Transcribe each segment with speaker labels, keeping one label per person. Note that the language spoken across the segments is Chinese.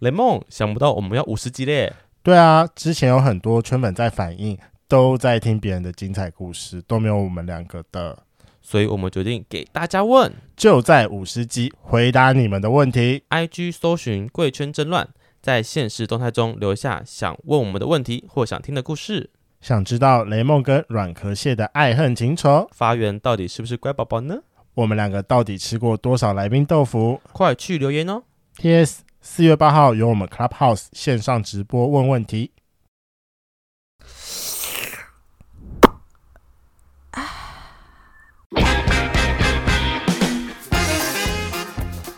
Speaker 1: 雷梦，想不到我们要五十集嘞！
Speaker 2: 对啊，之前有很多圈粉在反映，都在听别人的精彩故事，都没有我们两个的。
Speaker 1: 所以我们决定给大家问
Speaker 2: 就在五十集回答你们的问题。
Speaker 1: ，IG 搜寻“贵圈争乱”，在现实动态中留下想问我们的问题或想听的故事。
Speaker 2: 想知道雷梦跟软壳蟹的爱恨情仇，
Speaker 1: 发源到底是不是乖宝宝呢？
Speaker 2: 我们两个到底吃过多少来宾豆腐
Speaker 1: 快去留言哦！
Speaker 2: ？T.S. 四月八号有我们 Clubhouse 线上直播问问题。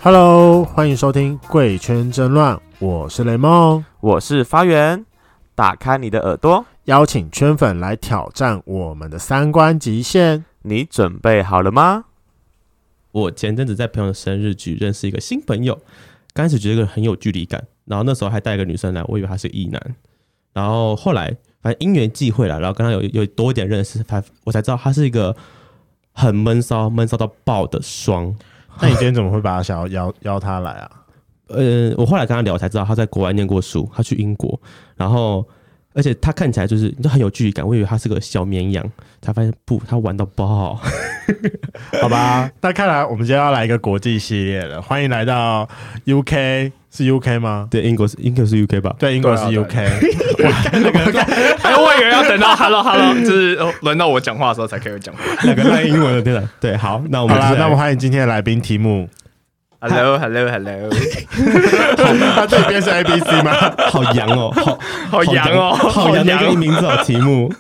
Speaker 2: Hello，欢迎收听《贵圈争乱》，我是雷梦，
Speaker 1: 我是发源，打开你的耳朵，
Speaker 2: 邀请圈粉来挑战我们的三观极限。
Speaker 1: 你准备好了吗？我前阵子在朋友的生日局认识一个新朋友，刚开始觉得这个人很有距离感，然后那时候还带一个女生来，我以为他是异男，然后后来反正因缘际会了，然后跟他有有多一点认识，才我才知道他是一个很闷骚、闷骚到爆的双。
Speaker 2: 那你今天怎么会把他想要邀邀他来啊？
Speaker 1: 呃，我后来跟他聊才知道，他在国外念过书，他去英国，然后而且他看起来就是就很有距离感，我以为他是个小绵羊，才发现不，他玩到爆。
Speaker 2: 好吧， 那看来我们今天要来一个国际系列了。欢迎来到 UK，是 UK 吗？
Speaker 1: 对，英国是英国是 UK 吧？
Speaker 2: 对，英国是
Speaker 3: 对啊
Speaker 2: UK。
Speaker 3: 哎，我以为要等到 hello hello，就是哦轮到我讲话的时候才可以讲话。
Speaker 1: 两个烂英文的，天哪！对，好，那我
Speaker 2: 好
Speaker 1: 们
Speaker 2: 啦，
Speaker 1: 就是
Speaker 2: 那我们欢迎今天的来宾题目。
Speaker 3: hello hello hello，
Speaker 2: 他这边是 A B C 吗？
Speaker 1: 好洋哦，好
Speaker 3: 好洋哦，
Speaker 1: 好洋的一
Speaker 3: 洋
Speaker 1: 个
Speaker 3: 哦。
Speaker 1: 名字哦，题 目。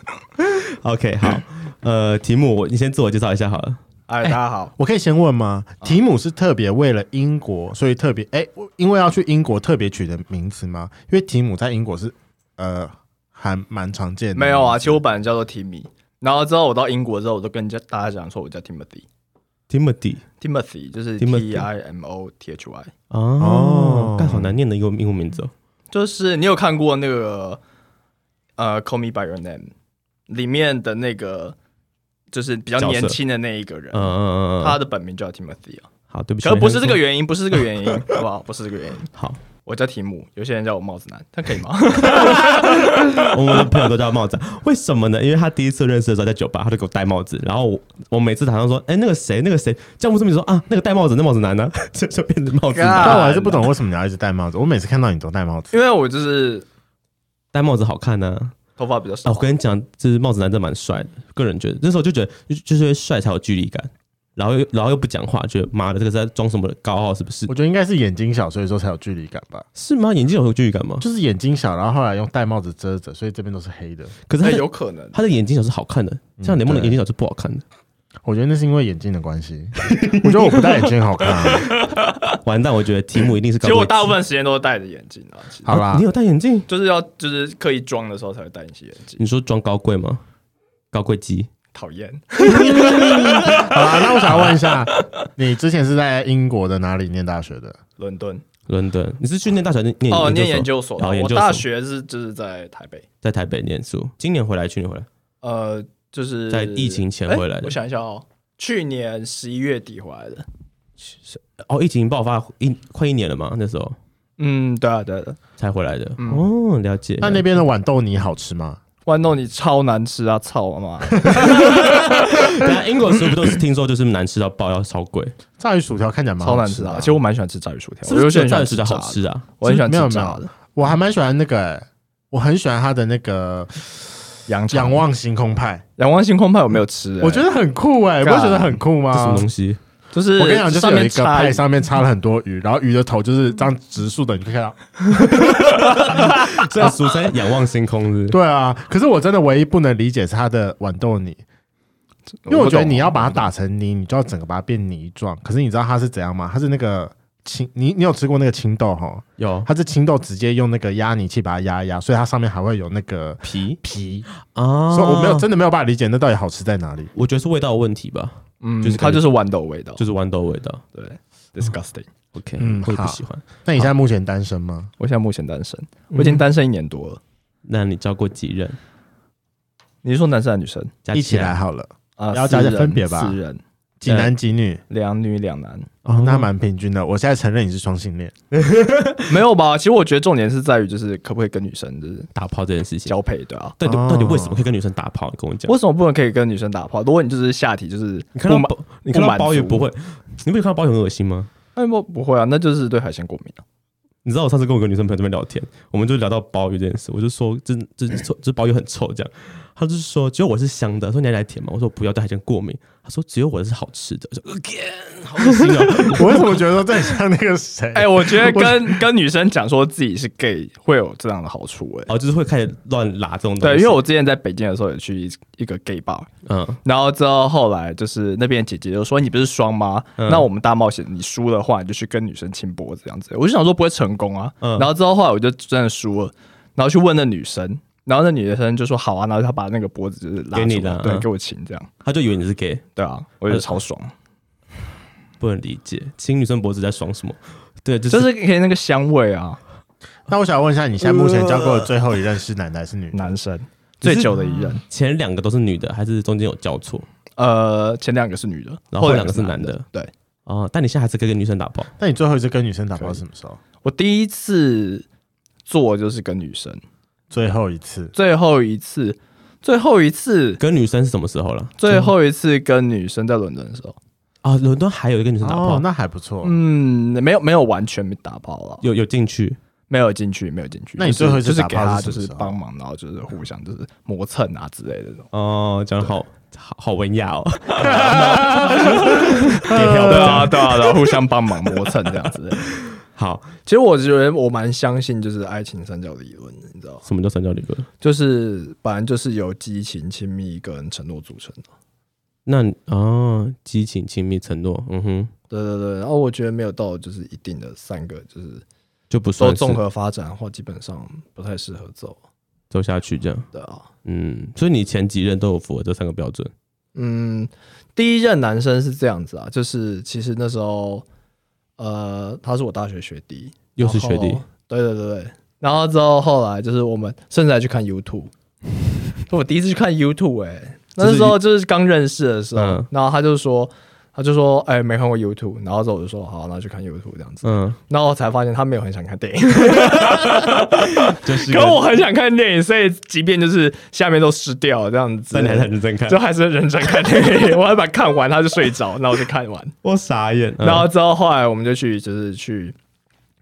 Speaker 1: OK，好，呃，题目我你先自我介绍一下好了。
Speaker 3: 哎，大家好，
Speaker 2: 我可以先问吗？题目是特别为了英国，所以特别哎、我因为要去英国特别取的名字吗？因为题目在英国是呃还蛮常
Speaker 1: 哎
Speaker 2: 见的。
Speaker 3: 没有啊，其实我本来叫做 Timmy，然后之后我到英国之后，我都跟人家大家讲说我叫 Timothy，Timothy
Speaker 1: Timothy
Speaker 3: 就是
Speaker 1: Timothy
Speaker 3: T I M O T H Y，
Speaker 1: 哦
Speaker 2: 哦，
Speaker 1: 干好难念的一个英文名字哦。
Speaker 3: 就是你有看过那个呃《Call Me by Your Name》里面的那个，就是比较
Speaker 1: 角色
Speaker 3: 年轻的那一个人
Speaker 1: 嗯，嗯嗯嗯
Speaker 3: 他
Speaker 1: 嗯，
Speaker 3: 的本名叫 Timothy 啊，
Speaker 1: 好，对不起，
Speaker 3: 可不是这个原因，不是这个原 因，好不好？不是这个原因。
Speaker 1: 好，
Speaker 3: 我叫题目，有些人叫我帽子男，他可以吗？
Speaker 1: 我们的朋友都叫帽子，为什么呢？因为他第一次认识的时候在酒吧，他就给我戴帽子，然后我我每次台上说，哎、那个谁，那个谁，这样我这么一说啊，那个戴帽子那帽子男呢、就就变成帽子男，
Speaker 3: God
Speaker 2: 但我还是不懂为什么你要一直戴帽子。我每次看到你都戴帽子。
Speaker 3: 因为我就是
Speaker 1: 戴帽子好看呢、
Speaker 3: 头发比较少
Speaker 1: 啊，我，跟你讲，就是帽子男真的蛮帅的，个人觉得那时候就觉得就就是因为帅才有距离感，然后又然后又不讲话，觉得妈的这个在装什么高傲是不是
Speaker 2: 我？觉得应该是眼睛小，所以说才有距离感吧。
Speaker 1: 是吗？眼睛有距离感吗？
Speaker 2: 就是眼睛小，然后后来用戴帽子遮着，所以这边都是黑的。
Speaker 1: 可是
Speaker 3: 哎
Speaker 1: 他的、
Speaker 3: 有可能。
Speaker 1: 他的眼睛小是好看的，像
Speaker 2: 嗯
Speaker 1: 雷梦的
Speaker 2: 对
Speaker 1: 眼睛小是不好 看的。
Speaker 2: 我觉得那是因为眼镜的关系。我觉得我不戴眼镜好看、啊。
Speaker 1: 完蛋，我觉得题目一定是
Speaker 3: 其
Speaker 1: 高
Speaker 3: 实
Speaker 1: 贵
Speaker 3: 我
Speaker 1: 鸡
Speaker 3: 大部分时间都是戴着眼镜啊，其实
Speaker 2: 好啦
Speaker 1: 你，有戴眼镜？
Speaker 3: 就是要就是刻意装的时候才会戴隐形眼镜，
Speaker 1: 你说装高贵吗？高贵鸡。
Speaker 3: 讨厌。
Speaker 2: 好啦，那我想问一下，你之前是在英国的哪里念大学的？
Speaker 3: 伦敦
Speaker 1: 伦敦，你是去念大学还是念
Speaker 3: 哦，念
Speaker 1: 所
Speaker 3: 研究所的，
Speaker 1: 哦研
Speaker 3: 我
Speaker 1: 究所
Speaker 3: 大学是就是在台北，
Speaker 1: 在台北念书，今年回来，去年回来，
Speaker 3: 呃，就是
Speaker 1: 在疫情前
Speaker 3: 哎
Speaker 1: 回来的
Speaker 3: 我想一下哦，去年十一月底回来的。
Speaker 1: 哦，疫情爆发一快一年了嘛，那时候
Speaker 3: 嗯，对啊，对啊对啊。
Speaker 1: 才回来的，
Speaker 3: 嗯
Speaker 1: 哦，了解。
Speaker 2: 那那边的豌豆泥好吃吗？
Speaker 3: 豌豆你超难吃啊，操 妈！
Speaker 1: 对啊英国食物不都是听说就是难吃到爆，要超贵，
Speaker 2: 炸鱼薯条看起来蛮
Speaker 3: 超
Speaker 2: 好
Speaker 3: 难
Speaker 2: 吃
Speaker 3: 吃
Speaker 2: 的啊、
Speaker 3: 啊。其实我蛮喜欢吃炸鱼薯条，
Speaker 1: 是不
Speaker 3: 我有
Speaker 1: 是
Speaker 3: 些
Speaker 1: 只有
Speaker 3: 人喜
Speaker 1: 炸
Speaker 3: 欢
Speaker 1: 鱼
Speaker 3: 吃炸的
Speaker 1: 薯条好吃啊？
Speaker 3: 我很喜欢
Speaker 2: 没有
Speaker 3: 吃
Speaker 2: 没有
Speaker 3: 炸的
Speaker 2: 我还蛮喜欢那个、欸，我很喜欢它的那个
Speaker 3: 羊肠
Speaker 2: 仰望星空派，
Speaker 3: 仰望星空派我没有吃、欸
Speaker 2: 我觉得很酷哎、你不
Speaker 3: 干
Speaker 2: 会觉得很酷
Speaker 1: 这什么
Speaker 2: 吗？
Speaker 1: 东西？
Speaker 3: 就是
Speaker 2: 我跟你讲，就是
Speaker 3: 上
Speaker 2: 有
Speaker 3: 面
Speaker 2: 一个
Speaker 3: 插
Speaker 2: 派上面插了很多鱼，然后鱼的头就是这样直竖的，你可以看到。
Speaker 1: 这俗称仰望星空是不是？
Speaker 2: 对啊，可是我真的唯一不能理解是它的豌豆泥，因为我觉得你要把它打成泥，你就要整个把它变泥状。可是你知道它是怎样吗？它是那个青，你你有吃过那个青豆哈？
Speaker 1: 有
Speaker 2: 它是青豆直接用那个压泥器把它压一压，所以它上面还会有那个
Speaker 1: 皮
Speaker 2: 皮。
Speaker 1: 啊，
Speaker 2: 所以我没有真的没有办法理解那到底好吃在哪里。
Speaker 1: 我觉得是味道的问题吧，
Speaker 3: 嗯，
Speaker 1: 就是
Speaker 3: 它就是豌豆味道，
Speaker 1: 就是豌豆味道。
Speaker 3: 对，disgusting。
Speaker 1: OK，
Speaker 2: 嗯
Speaker 1: 会不
Speaker 2: 好
Speaker 1: 喜欢。
Speaker 2: 那你现在目前单身吗？
Speaker 3: 我现在目前单身，
Speaker 2: 嗯
Speaker 3: 我已经单身一年多了。
Speaker 1: 那你交过几任？
Speaker 3: 你是说男生还是女生
Speaker 1: 加
Speaker 2: 一起来
Speaker 1: 来
Speaker 2: 好了，
Speaker 3: 啊？
Speaker 2: 了
Speaker 3: 四
Speaker 2: 解
Speaker 3: 人
Speaker 2: 分别吧
Speaker 3: 四人，
Speaker 2: 几男几女？
Speaker 3: 两女两男，
Speaker 2: 哦，那蛮平均的。我现在承认你是双性 恋，
Speaker 3: 没有吧？其实我觉得重点是在于，就是可不可以跟女生就是
Speaker 1: 打炮这件事情，
Speaker 3: 交配，对啊。
Speaker 1: 到底
Speaker 2: 哦
Speaker 1: 到底为什么可以跟女生打炮？你跟我讲，
Speaker 3: 为什么不能可以跟女生打炮？如果你就是下体就是
Speaker 1: 你看到
Speaker 3: 不满
Speaker 1: 包，你看
Speaker 3: 不
Speaker 1: 到
Speaker 3: 满
Speaker 1: 包也
Speaker 3: 足
Speaker 1: 不会，你没有看到包也很恶心吗？
Speaker 3: 哎不不会啊，那就是对海鲜过敏啊。
Speaker 1: 你知道我上次跟我一个女生朋友这边聊天，我们就聊到鲍鱼这件事，我就说这这这这鲍鱼很臭这样，她就是说只有我是香的，说你要来舔吗？我说我不要，对海鲜过敏。她说只有我的是好吃的，我说 again 好恶心哦。
Speaker 2: 我为什么觉得说这很像那个谁？
Speaker 3: 哎、我 觉得跟跟女生讲说自己是 gay 会有这样的好处哎、
Speaker 1: 哦，就是会开始乱拉这种东
Speaker 3: 对，
Speaker 1: 西。
Speaker 3: 因为我之前在北京的时候也去一一个 gay bar，
Speaker 1: 嗯，
Speaker 3: 然后之后后来就是那边姐姐就说你不是双吗？
Speaker 1: 嗯
Speaker 3: 那我们大冒险你输的话，你就去跟女生亲脖子这样子。我就想说不会成功啊。
Speaker 1: 嗯
Speaker 3: 然后之后后来我就真的输了，然后去问那女生，然后那女生就说好啊，然后她把那个脖子就是拉
Speaker 1: 给你
Speaker 3: 出来
Speaker 1: 的
Speaker 3: 对，
Speaker 1: 嗯
Speaker 3: 给我亲这样。
Speaker 1: 她就以为你是 gay，
Speaker 3: 对啊，我觉得超爽，
Speaker 1: 不能理解亲女生脖子在爽什么？对，就
Speaker 3: 就是是可以那个香味啊，
Speaker 2: 那我想问一下，你现在目前交过的最后一任是男的还是女的？
Speaker 3: 男生最久的一任，
Speaker 1: 前两个都是女的，还是中间有交错？
Speaker 3: 呃，前两个是女的，
Speaker 1: 然后
Speaker 3: 后
Speaker 1: 两个是
Speaker 3: 男
Speaker 1: 男的。
Speaker 3: 对
Speaker 1: 哦，但你现在还是可以跟女生打炮，
Speaker 2: 那你最后一次跟女生打炮是什么时候？
Speaker 3: 我第一次做就是跟女生，
Speaker 2: 最后一次，
Speaker 3: 最后一次，最后一次，
Speaker 1: 跟女生是什么时候了？
Speaker 3: 最后一次跟女生在伦敦的时候，
Speaker 1: 啊，伦敦还有一个女生打炮，
Speaker 2: 哦，那还不错。
Speaker 3: 嗯，没有没有完全没打炮了，
Speaker 1: 有有进去。
Speaker 3: 没有进去，没有进去。
Speaker 2: 那你
Speaker 3: 就是
Speaker 2: 最后一次
Speaker 3: 就是
Speaker 2: 打
Speaker 3: 给
Speaker 2: 炮
Speaker 3: 他
Speaker 2: 是什
Speaker 3: 就
Speaker 2: 么
Speaker 3: 是
Speaker 2: 时候
Speaker 3: 帮忙，然后就是互相就是磨蹭啊之类的这种。
Speaker 1: 哦，讲的好好好文雅哦，
Speaker 3: 对啊，对啊， 然后互相帮忙磨蹭这样 子。
Speaker 1: 好，
Speaker 3: 其实我觉得我蛮相信就是爱情三角理论的，你知道吗，
Speaker 1: 什么叫三角理论？
Speaker 3: 就是本来就是由激情、亲密跟承诺组成的。
Speaker 1: 那哦，激情、亲密、承诺，嗯哼，
Speaker 3: 对对对，然后我觉得没有到就是一定的三个，就是
Speaker 1: 就不
Speaker 3: 说
Speaker 1: 算是
Speaker 3: 综合发展的话，基本上不太适合走。
Speaker 1: 走下去这样，
Speaker 3: 对啊，
Speaker 1: 嗯，所以你前几任都有符合这三个标准，
Speaker 3: 嗯，第一任男生是这样子啊，就是其实那时候，呃，他是我大学学弟，
Speaker 1: 又是学弟
Speaker 3: 然后，对对对对，然后之后后来就是我们甚至还去看 YouTube，我第一次去看 YouTube 哎、
Speaker 1: 就是
Speaker 3: 那时候就是刚认识的时候，
Speaker 1: 嗯
Speaker 3: 然后他就说。他就说：“哎、没看过 YouTube。”然后之后我就说：“好，那去看 YouTube 这样子。
Speaker 1: 嗯，”
Speaker 3: 然后我才发现他没有很想看电影，
Speaker 1: 就是
Speaker 3: 可我很想看电影，所以即便就是下面都湿掉了这样子，
Speaker 1: 真的很认真 看
Speaker 3: 就，还是认真看电影，我还把它看完，他就睡着，那我就看完。
Speaker 1: 我傻眼， 嗯
Speaker 3: 然后之后后来我们就去就是去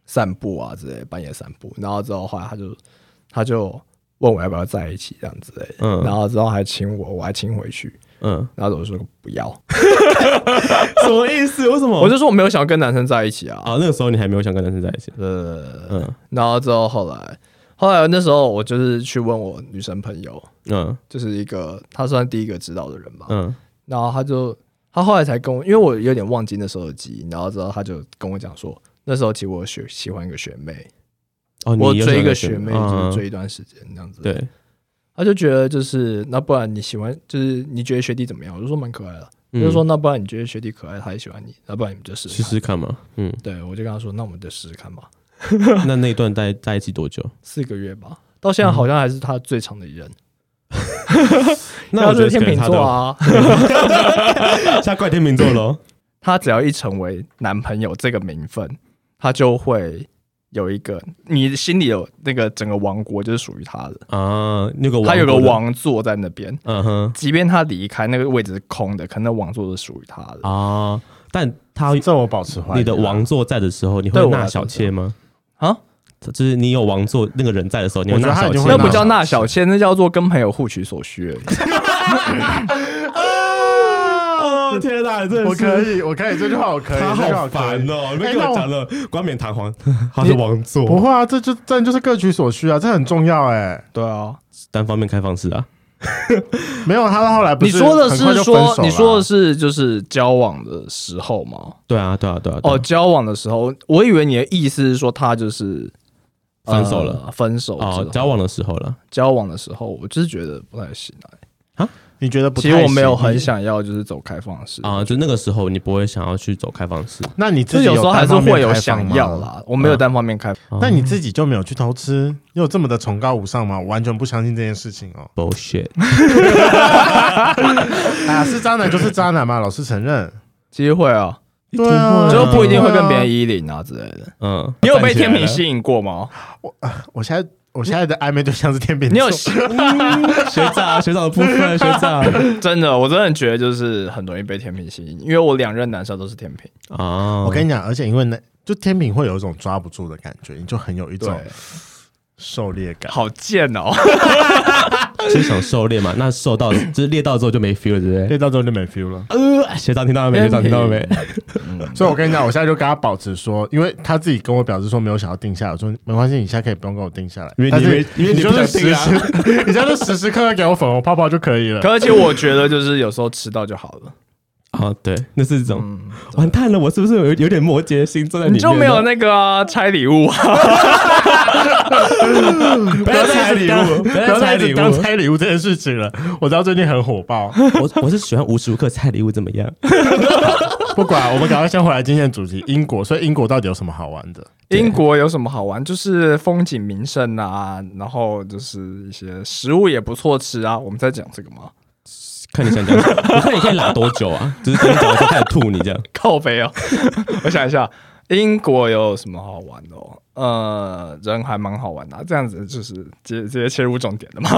Speaker 3: 散步啊之类，半夜散步。然后之后后来他就他就问我要不要在一起这样之类的，
Speaker 1: 嗯
Speaker 3: 然后之后还亲我，我还亲回去。
Speaker 1: 嗯，
Speaker 3: 然后我就说不要，
Speaker 1: 什么意思？为什么？
Speaker 3: 我就说我没有想要跟男生在一起啊。
Speaker 1: 啊，那个时候你还没有想跟男生在一起，
Speaker 3: 呃，
Speaker 1: 嗯
Speaker 3: 然后之后后来后来那时候我就是去问我女生朋友，
Speaker 1: 嗯
Speaker 3: 就是一个她算第一个知道的人吧，
Speaker 1: 嗯，
Speaker 3: 然后他就他后来才跟我，因为我有点忘记那时候的记忆，然后之后他就跟我讲说，那时候其实我有学喜欢一个学妹，
Speaker 1: 哦，你
Speaker 3: 我
Speaker 1: 有
Speaker 3: 追一
Speaker 1: 想
Speaker 3: 个
Speaker 1: 跟
Speaker 3: 学妹就是
Speaker 1: 嗯嗯
Speaker 3: 追一段时间这样子。，
Speaker 1: 对，
Speaker 3: 他就觉得就是那不然你喜欢就是你觉得学弟怎么样？我就说蛮可爱的，他
Speaker 1: 嗯
Speaker 3: 就说那不然你觉得学弟可爱，他也喜欢你，那不然你们就试试
Speaker 1: 试
Speaker 3: 看。
Speaker 1: 试看嘛， 嗯，
Speaker 3: 对，我就跟他说，那我们就试试看吧，
Speaker 1: 那那一段在在一起多久？
Speaker 3: 四个月吧。到
Speaker 1: 嗯
Speaker 3: 现在好像还是他最长的一任，
Speaker 1: 那我
Speaker 3: 他
Speaker 1: 觉
Speaker 3: 是
Speaker 1: 得
Speaker 3: 天
Speaker 1: 可能
Speaker 3: 秤
Speaker 1: 他
Speaker 3: 座
Speaker 1: 都
Speaker 3: 啊，
Speaker 1: 下怪天秤座 喽，
Speaker 3: 他只要一成为男朋友这个名分，他就会有一个你心里有那个整个王国就是属于他的，
Speaker 1: 啊，那个
Speaker 3: 他有个
Speaker 1: 国的，
Speaker 3: 王座在那边。
Speaker 1: 嗯哼，
Speaker 3: 即便他离开那个位置是空的，可能那王座是属于他的。
Speaker 1: 啊，但他
Speaker 2: 这我保持
Speaker 3: 啊
Speaker 2: 怀疑。
Speaker 1: 你的 王座在的时候，你会
Speaker 3: 对我来
Speaker 1: 纳
Speaker 3: 说
Speaker 1: 小妾吗？
Speaker 3: 啊，
Speaker 1: 就是你有王座那个人在的时候，你会
Speaker 2: 我觉得
Speaker 1: 纳
Speaker 2: 他
Speaker 1: 小
Speaker 2: 一定
Speaker 1: 妾
Speaker 2: 会
Speaker 1: 吗？
Speaker 3: 那不叫纳小妾，那叫做跟朋友互取所需而已。
Speaker 1: 哦，天哪，真的
Speaker 2: 我可以，我可以，这句话我可以，
Speaker 1: 他
Speaker 2: 这句话
Speaker 1: 好
Speaker 2: 我可
Speaker 1: 烦
Speaker 2: 以。
Speaker 1: 哦！你
Speaker 2: 哎
Speaker 1: 们给
Speaker 2: 那
Speaker 1: 我
Speaker 2: 我
Speaker 1: 讲了冠冕堂皇，他是王
Speaker 2: 不
Speaker 1: 座，
Speaker 2: 会啊，这就这就是各取所需啊，这很重要哎。
Speaker 3: 对啊，
Speaker 1: 单方面开放式啊，
Speaker 2: 没有，他后来不
Speaker 3: 你说的
Speaker 2: 很快就
Speaker 3: 是
Speaker 2: 分手
Speaker 3: 说
Speaker 2: 了啊
Speaker 3: 你说的是就是交往的时候吗？
Speaker 1: 对啊，对啊，对啊，对啊
Speaker 3: 哦，，交往的时候，我以为你的意思是说他就是
Speaker 1: 分手了
Speaker 3: 呃分手之后
Speaker 1: 哦，交往的时候了，
Speaker 3: 交往的时候，我就是觉得不太行啊。
Speaker 2: 你觉得不太
Speaker 3: 其
Speaker 2: 行？
Speaker 3: 实我没有很想要就是走开放式
Speaker 1: 啊，，就那个时候你不会想要去走开放式，
Speaker 2: 那你
Speaker 3: 就
Speaker 2: 自己
Speaker 3: 有时候还
Speaker 2: 单
Speaker 3: 是
Speaker 2: 方面
Speaker 3: 会有
Speaker 2: 开放
Speaker 3: 想
Speaker 2: 吗嗯
Speaker 3: 要。啦。我没有单方面开，
Speaker 2: 那你自己就没有去偷吃？你有这么的崇高无上吗？我完全不相信这件事情 哦。
Speaker 1: bullshit，
Speaker 2: 哎呀，是渣男就是渣男嘛，老师承认。
Speaker 4: 机会
Speaker 3: 啊
Speaker 4: 哦，
Speaker 1: 一定会
Speaker 4: 就不一定会跟别人依零啊之类的。
Speaker 1: 嗯，
Speaker 3: 你有被天平
Speaker 1: 站起
Speaker 3: 吸引过吗？
Speaker 2: 我现在我现在的暧昧对象是天秤座，
Speaker 3: 你有
Speaker 1: 来了学长学长的部分，学长
Speaker 3: 真的，我真的觉得就是很容易被天平吸引，因为我两任男生都是天平。
Speaker 1: 啊
Speaker 2: 我跟你讲，而且因为那就天秤会有一种抓不住的感觉，你就很有一种
Speaker 3: 对
Speaker 2: 狩猎感。
Speaker 3: 好贱哦！
Speaker 1: 先想狩猎嘛，那狩到就是猎到之后就没 feel 了，对不对？
Speaker 2: 对，到最后就没 feel 了。
Speaker 1: 呃，学长听到了没？学长听到了没？
Speaker 2: 所以我跟你讲，我现在就跟他保持说，因为他自己跟我表示说没有想要定下来，我说没关系，你现在可以不用跟我定下来，
Speaker 1: 因为你
Speaker 2: 但是
Speaker 1: 没因为你
Speaker 2: 就
Speaker 1: 不
Speaker 2: 是
Speaker 1: 想
Speaker 2: 时
Speaker 1: 定啊
Speaker 2: 时，你现在就时时刻刻给我粉红泡泡就可以了。
Speaker 3: 可而且我觉得就是有时候吃到就好了，
Speaker 1: 啊，对，那是一种
Speaker 3: 嗯，
Speaker 1: 完蛋了，我是不是有有点摩羯星座在里
Speaker 3: 你
Speaker 1: 面呢？
Speaker 3: 就没有那个啊拆礼物啊，
Speaker 1: 不要拆礼物，不
Speaker 2: 不要
Speaker 1: 要
Speaker 2: 再
Speaker 1: 拆
Speaker 2: 一直
Speaker 1: 礼
Speaker 2: 当
Speaker 1: 物。
Speaker 2: 拆礼物这件事情了。我知道最近很火爆，
Speaker 1: 我我是喜欢无时无刻拆礼物，怎么样？
Speaker 2: 不管我们赶快先回来今天的主题，英国。所以英国到底有什么好玩的？
Speaker 3: 英国有什么好玩？就是风景名胜啊，然后就是一些食物也不错吃啊。我们在讲这个吗？
Speaker 1: 看你想讲什么，我看你可以拉多久啊？ 就是跟你讲完之后开始吐你这样。
Speaker 3: 靠北哦，我想一下，英国有什么好玩的、哦？呃，人还蛮好玩的啊、这样子就是直接直接切入重点的嘛。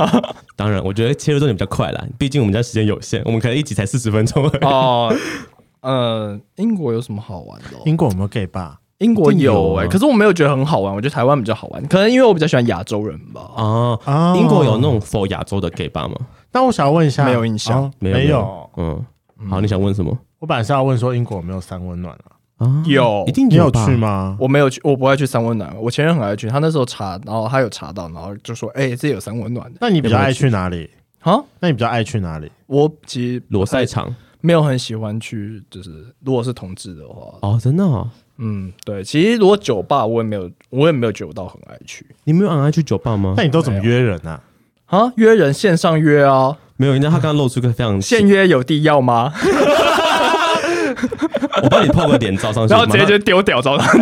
Speaker 1: 当然，我觉得切入重点比较快啦，毕竟我们家时间有限，我们可能一集才四十分钟而 已。
Speaker 3: 哦， 呃，英国有什么好玩的哦、
Speaker 2: 英国有没有 gay 吧？
Speaker 3: 英国
Speaker 1: 一定有
Speaker 3: 有
Speaker 1: 啊
Speaker 3: 哎、可是我没有觉得很好玩，我觉得台湾比较好玩，可能因为我比较喜欢亚洲人吧。
Speaker 1: 哦，
Speaker 2: 哦
Speaker 1: 英国有那种 for 亚洲的 gay 吧吗？
Speaker 2: 那我想要问一下，
Speaker 3: 没有印象
Speaker 2: 哦
Speaker 1: 没有
Speaker 2: 没
Speaker 1: 没
Speaker 2: 有
Speaker 1: 有。嗯，好，你想问什么
Speaker 2: 我本来是要问说英国有没有三温暖啊？
Speaker 1: 啊？
Speaker 3: 有
Speaker 1: 一定
Speaker 2: 你有
Speaker 1: 吧
Speaker 2: 去？吗？
Speaker 3: 我没有去，我不爱去三温暖。我前任很爱去，他那时候查，然后他有查到，然后就说：“哎、这有三温暖的
Speaker 2: 那你比较爱去哪里？
Speaker 3: 啊！”
Speaker 2: 那你比较爱去哪里？
Speaker 3: 我其实
Speaker 1: 裸赛场
Speaker 3: 没有很喜欢去，就是如果是同志的话，
Speaker 1: 哦，真的哦，
Speaker 3: 嗯，对。其实如果酒吧，我也没有，我也没有觉得到很爱去
Speaker 1: 你没有让他去酒吧吗
Speaker 2: 那？你都怎么约人啊？
Speaker 3: 啊。约人线上约啊，
Speaker 1: 没有，人家他刚刚露出一个非常
Speaker 3: 现约有地要吗？
Speaker 1: 我帮你泡个脸照上去，
Speaker 3: 然后直接就
Speaker 1: 马
Speaker 3: 丢屌照他。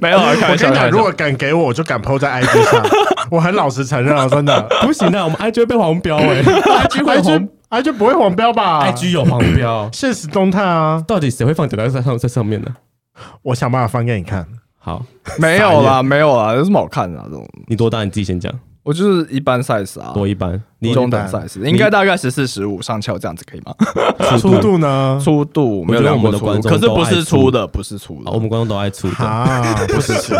Speaker 3: 没有啊，开
Speaker 2: 我
Speaker 3: 玩
Speaker 2: 跟
Speaker 3: 笑。
Speaker 2: 你
Speaker 3: 开
Speaker 2: 讲，
Speaker 3: 玩
Speaker 2: 如
Speaker 3: 笑
Speaker 2: 果敢给我，我就敢 PO 在 IG 上。我很老实承认啊，真的。
Speaker 1: 上不行的，我们 IG 会被黄标 哎，IG 会
Speaker 2: IG
Speaker 1: 红
Speaker 2: IG 不会黄标吧，
Speaker 1: ，IG 有黄标
Speaker 2: 现实动态啊，
Speaker 1: 到底谁会放脚在上在上面呢？
Speaker 2: 我想办法翻给你看。
Speaker 1: 好，
Speaker 3: 没有
Speaker 2: 啊
Speaker 3: 啦，没有啦，有什么好看的、啊？这种
Speaker 1: 你多大？你自己先讲，
Speaker 3: 我就是一般 size 啊，
Speaker 1: 多一般，你
Speaker 3: 中
Speaker 2: 一
Speaker 3: 等
Speaker 2: 般
Speaker 3: size，应该大概十四、十五上翘这样子可以 吗？
Speaker 2: 速度呢？
Speaker 3: 粗度没有量过粗
Speaker 1: 我觉得我们的观
Speaker 3: 度，
Speaker 1: 众
Speaker 3: 可是不
Speaker 1: 都爱
Speaker 3: 是
Speaker 1: 粗
Speaker 3: 粗的，不是粗
Speaker 1: 好我
Speaker 3: 的。
Speaker 1: 们观众都爱出的，
Speaker 2: 啊，不是吃。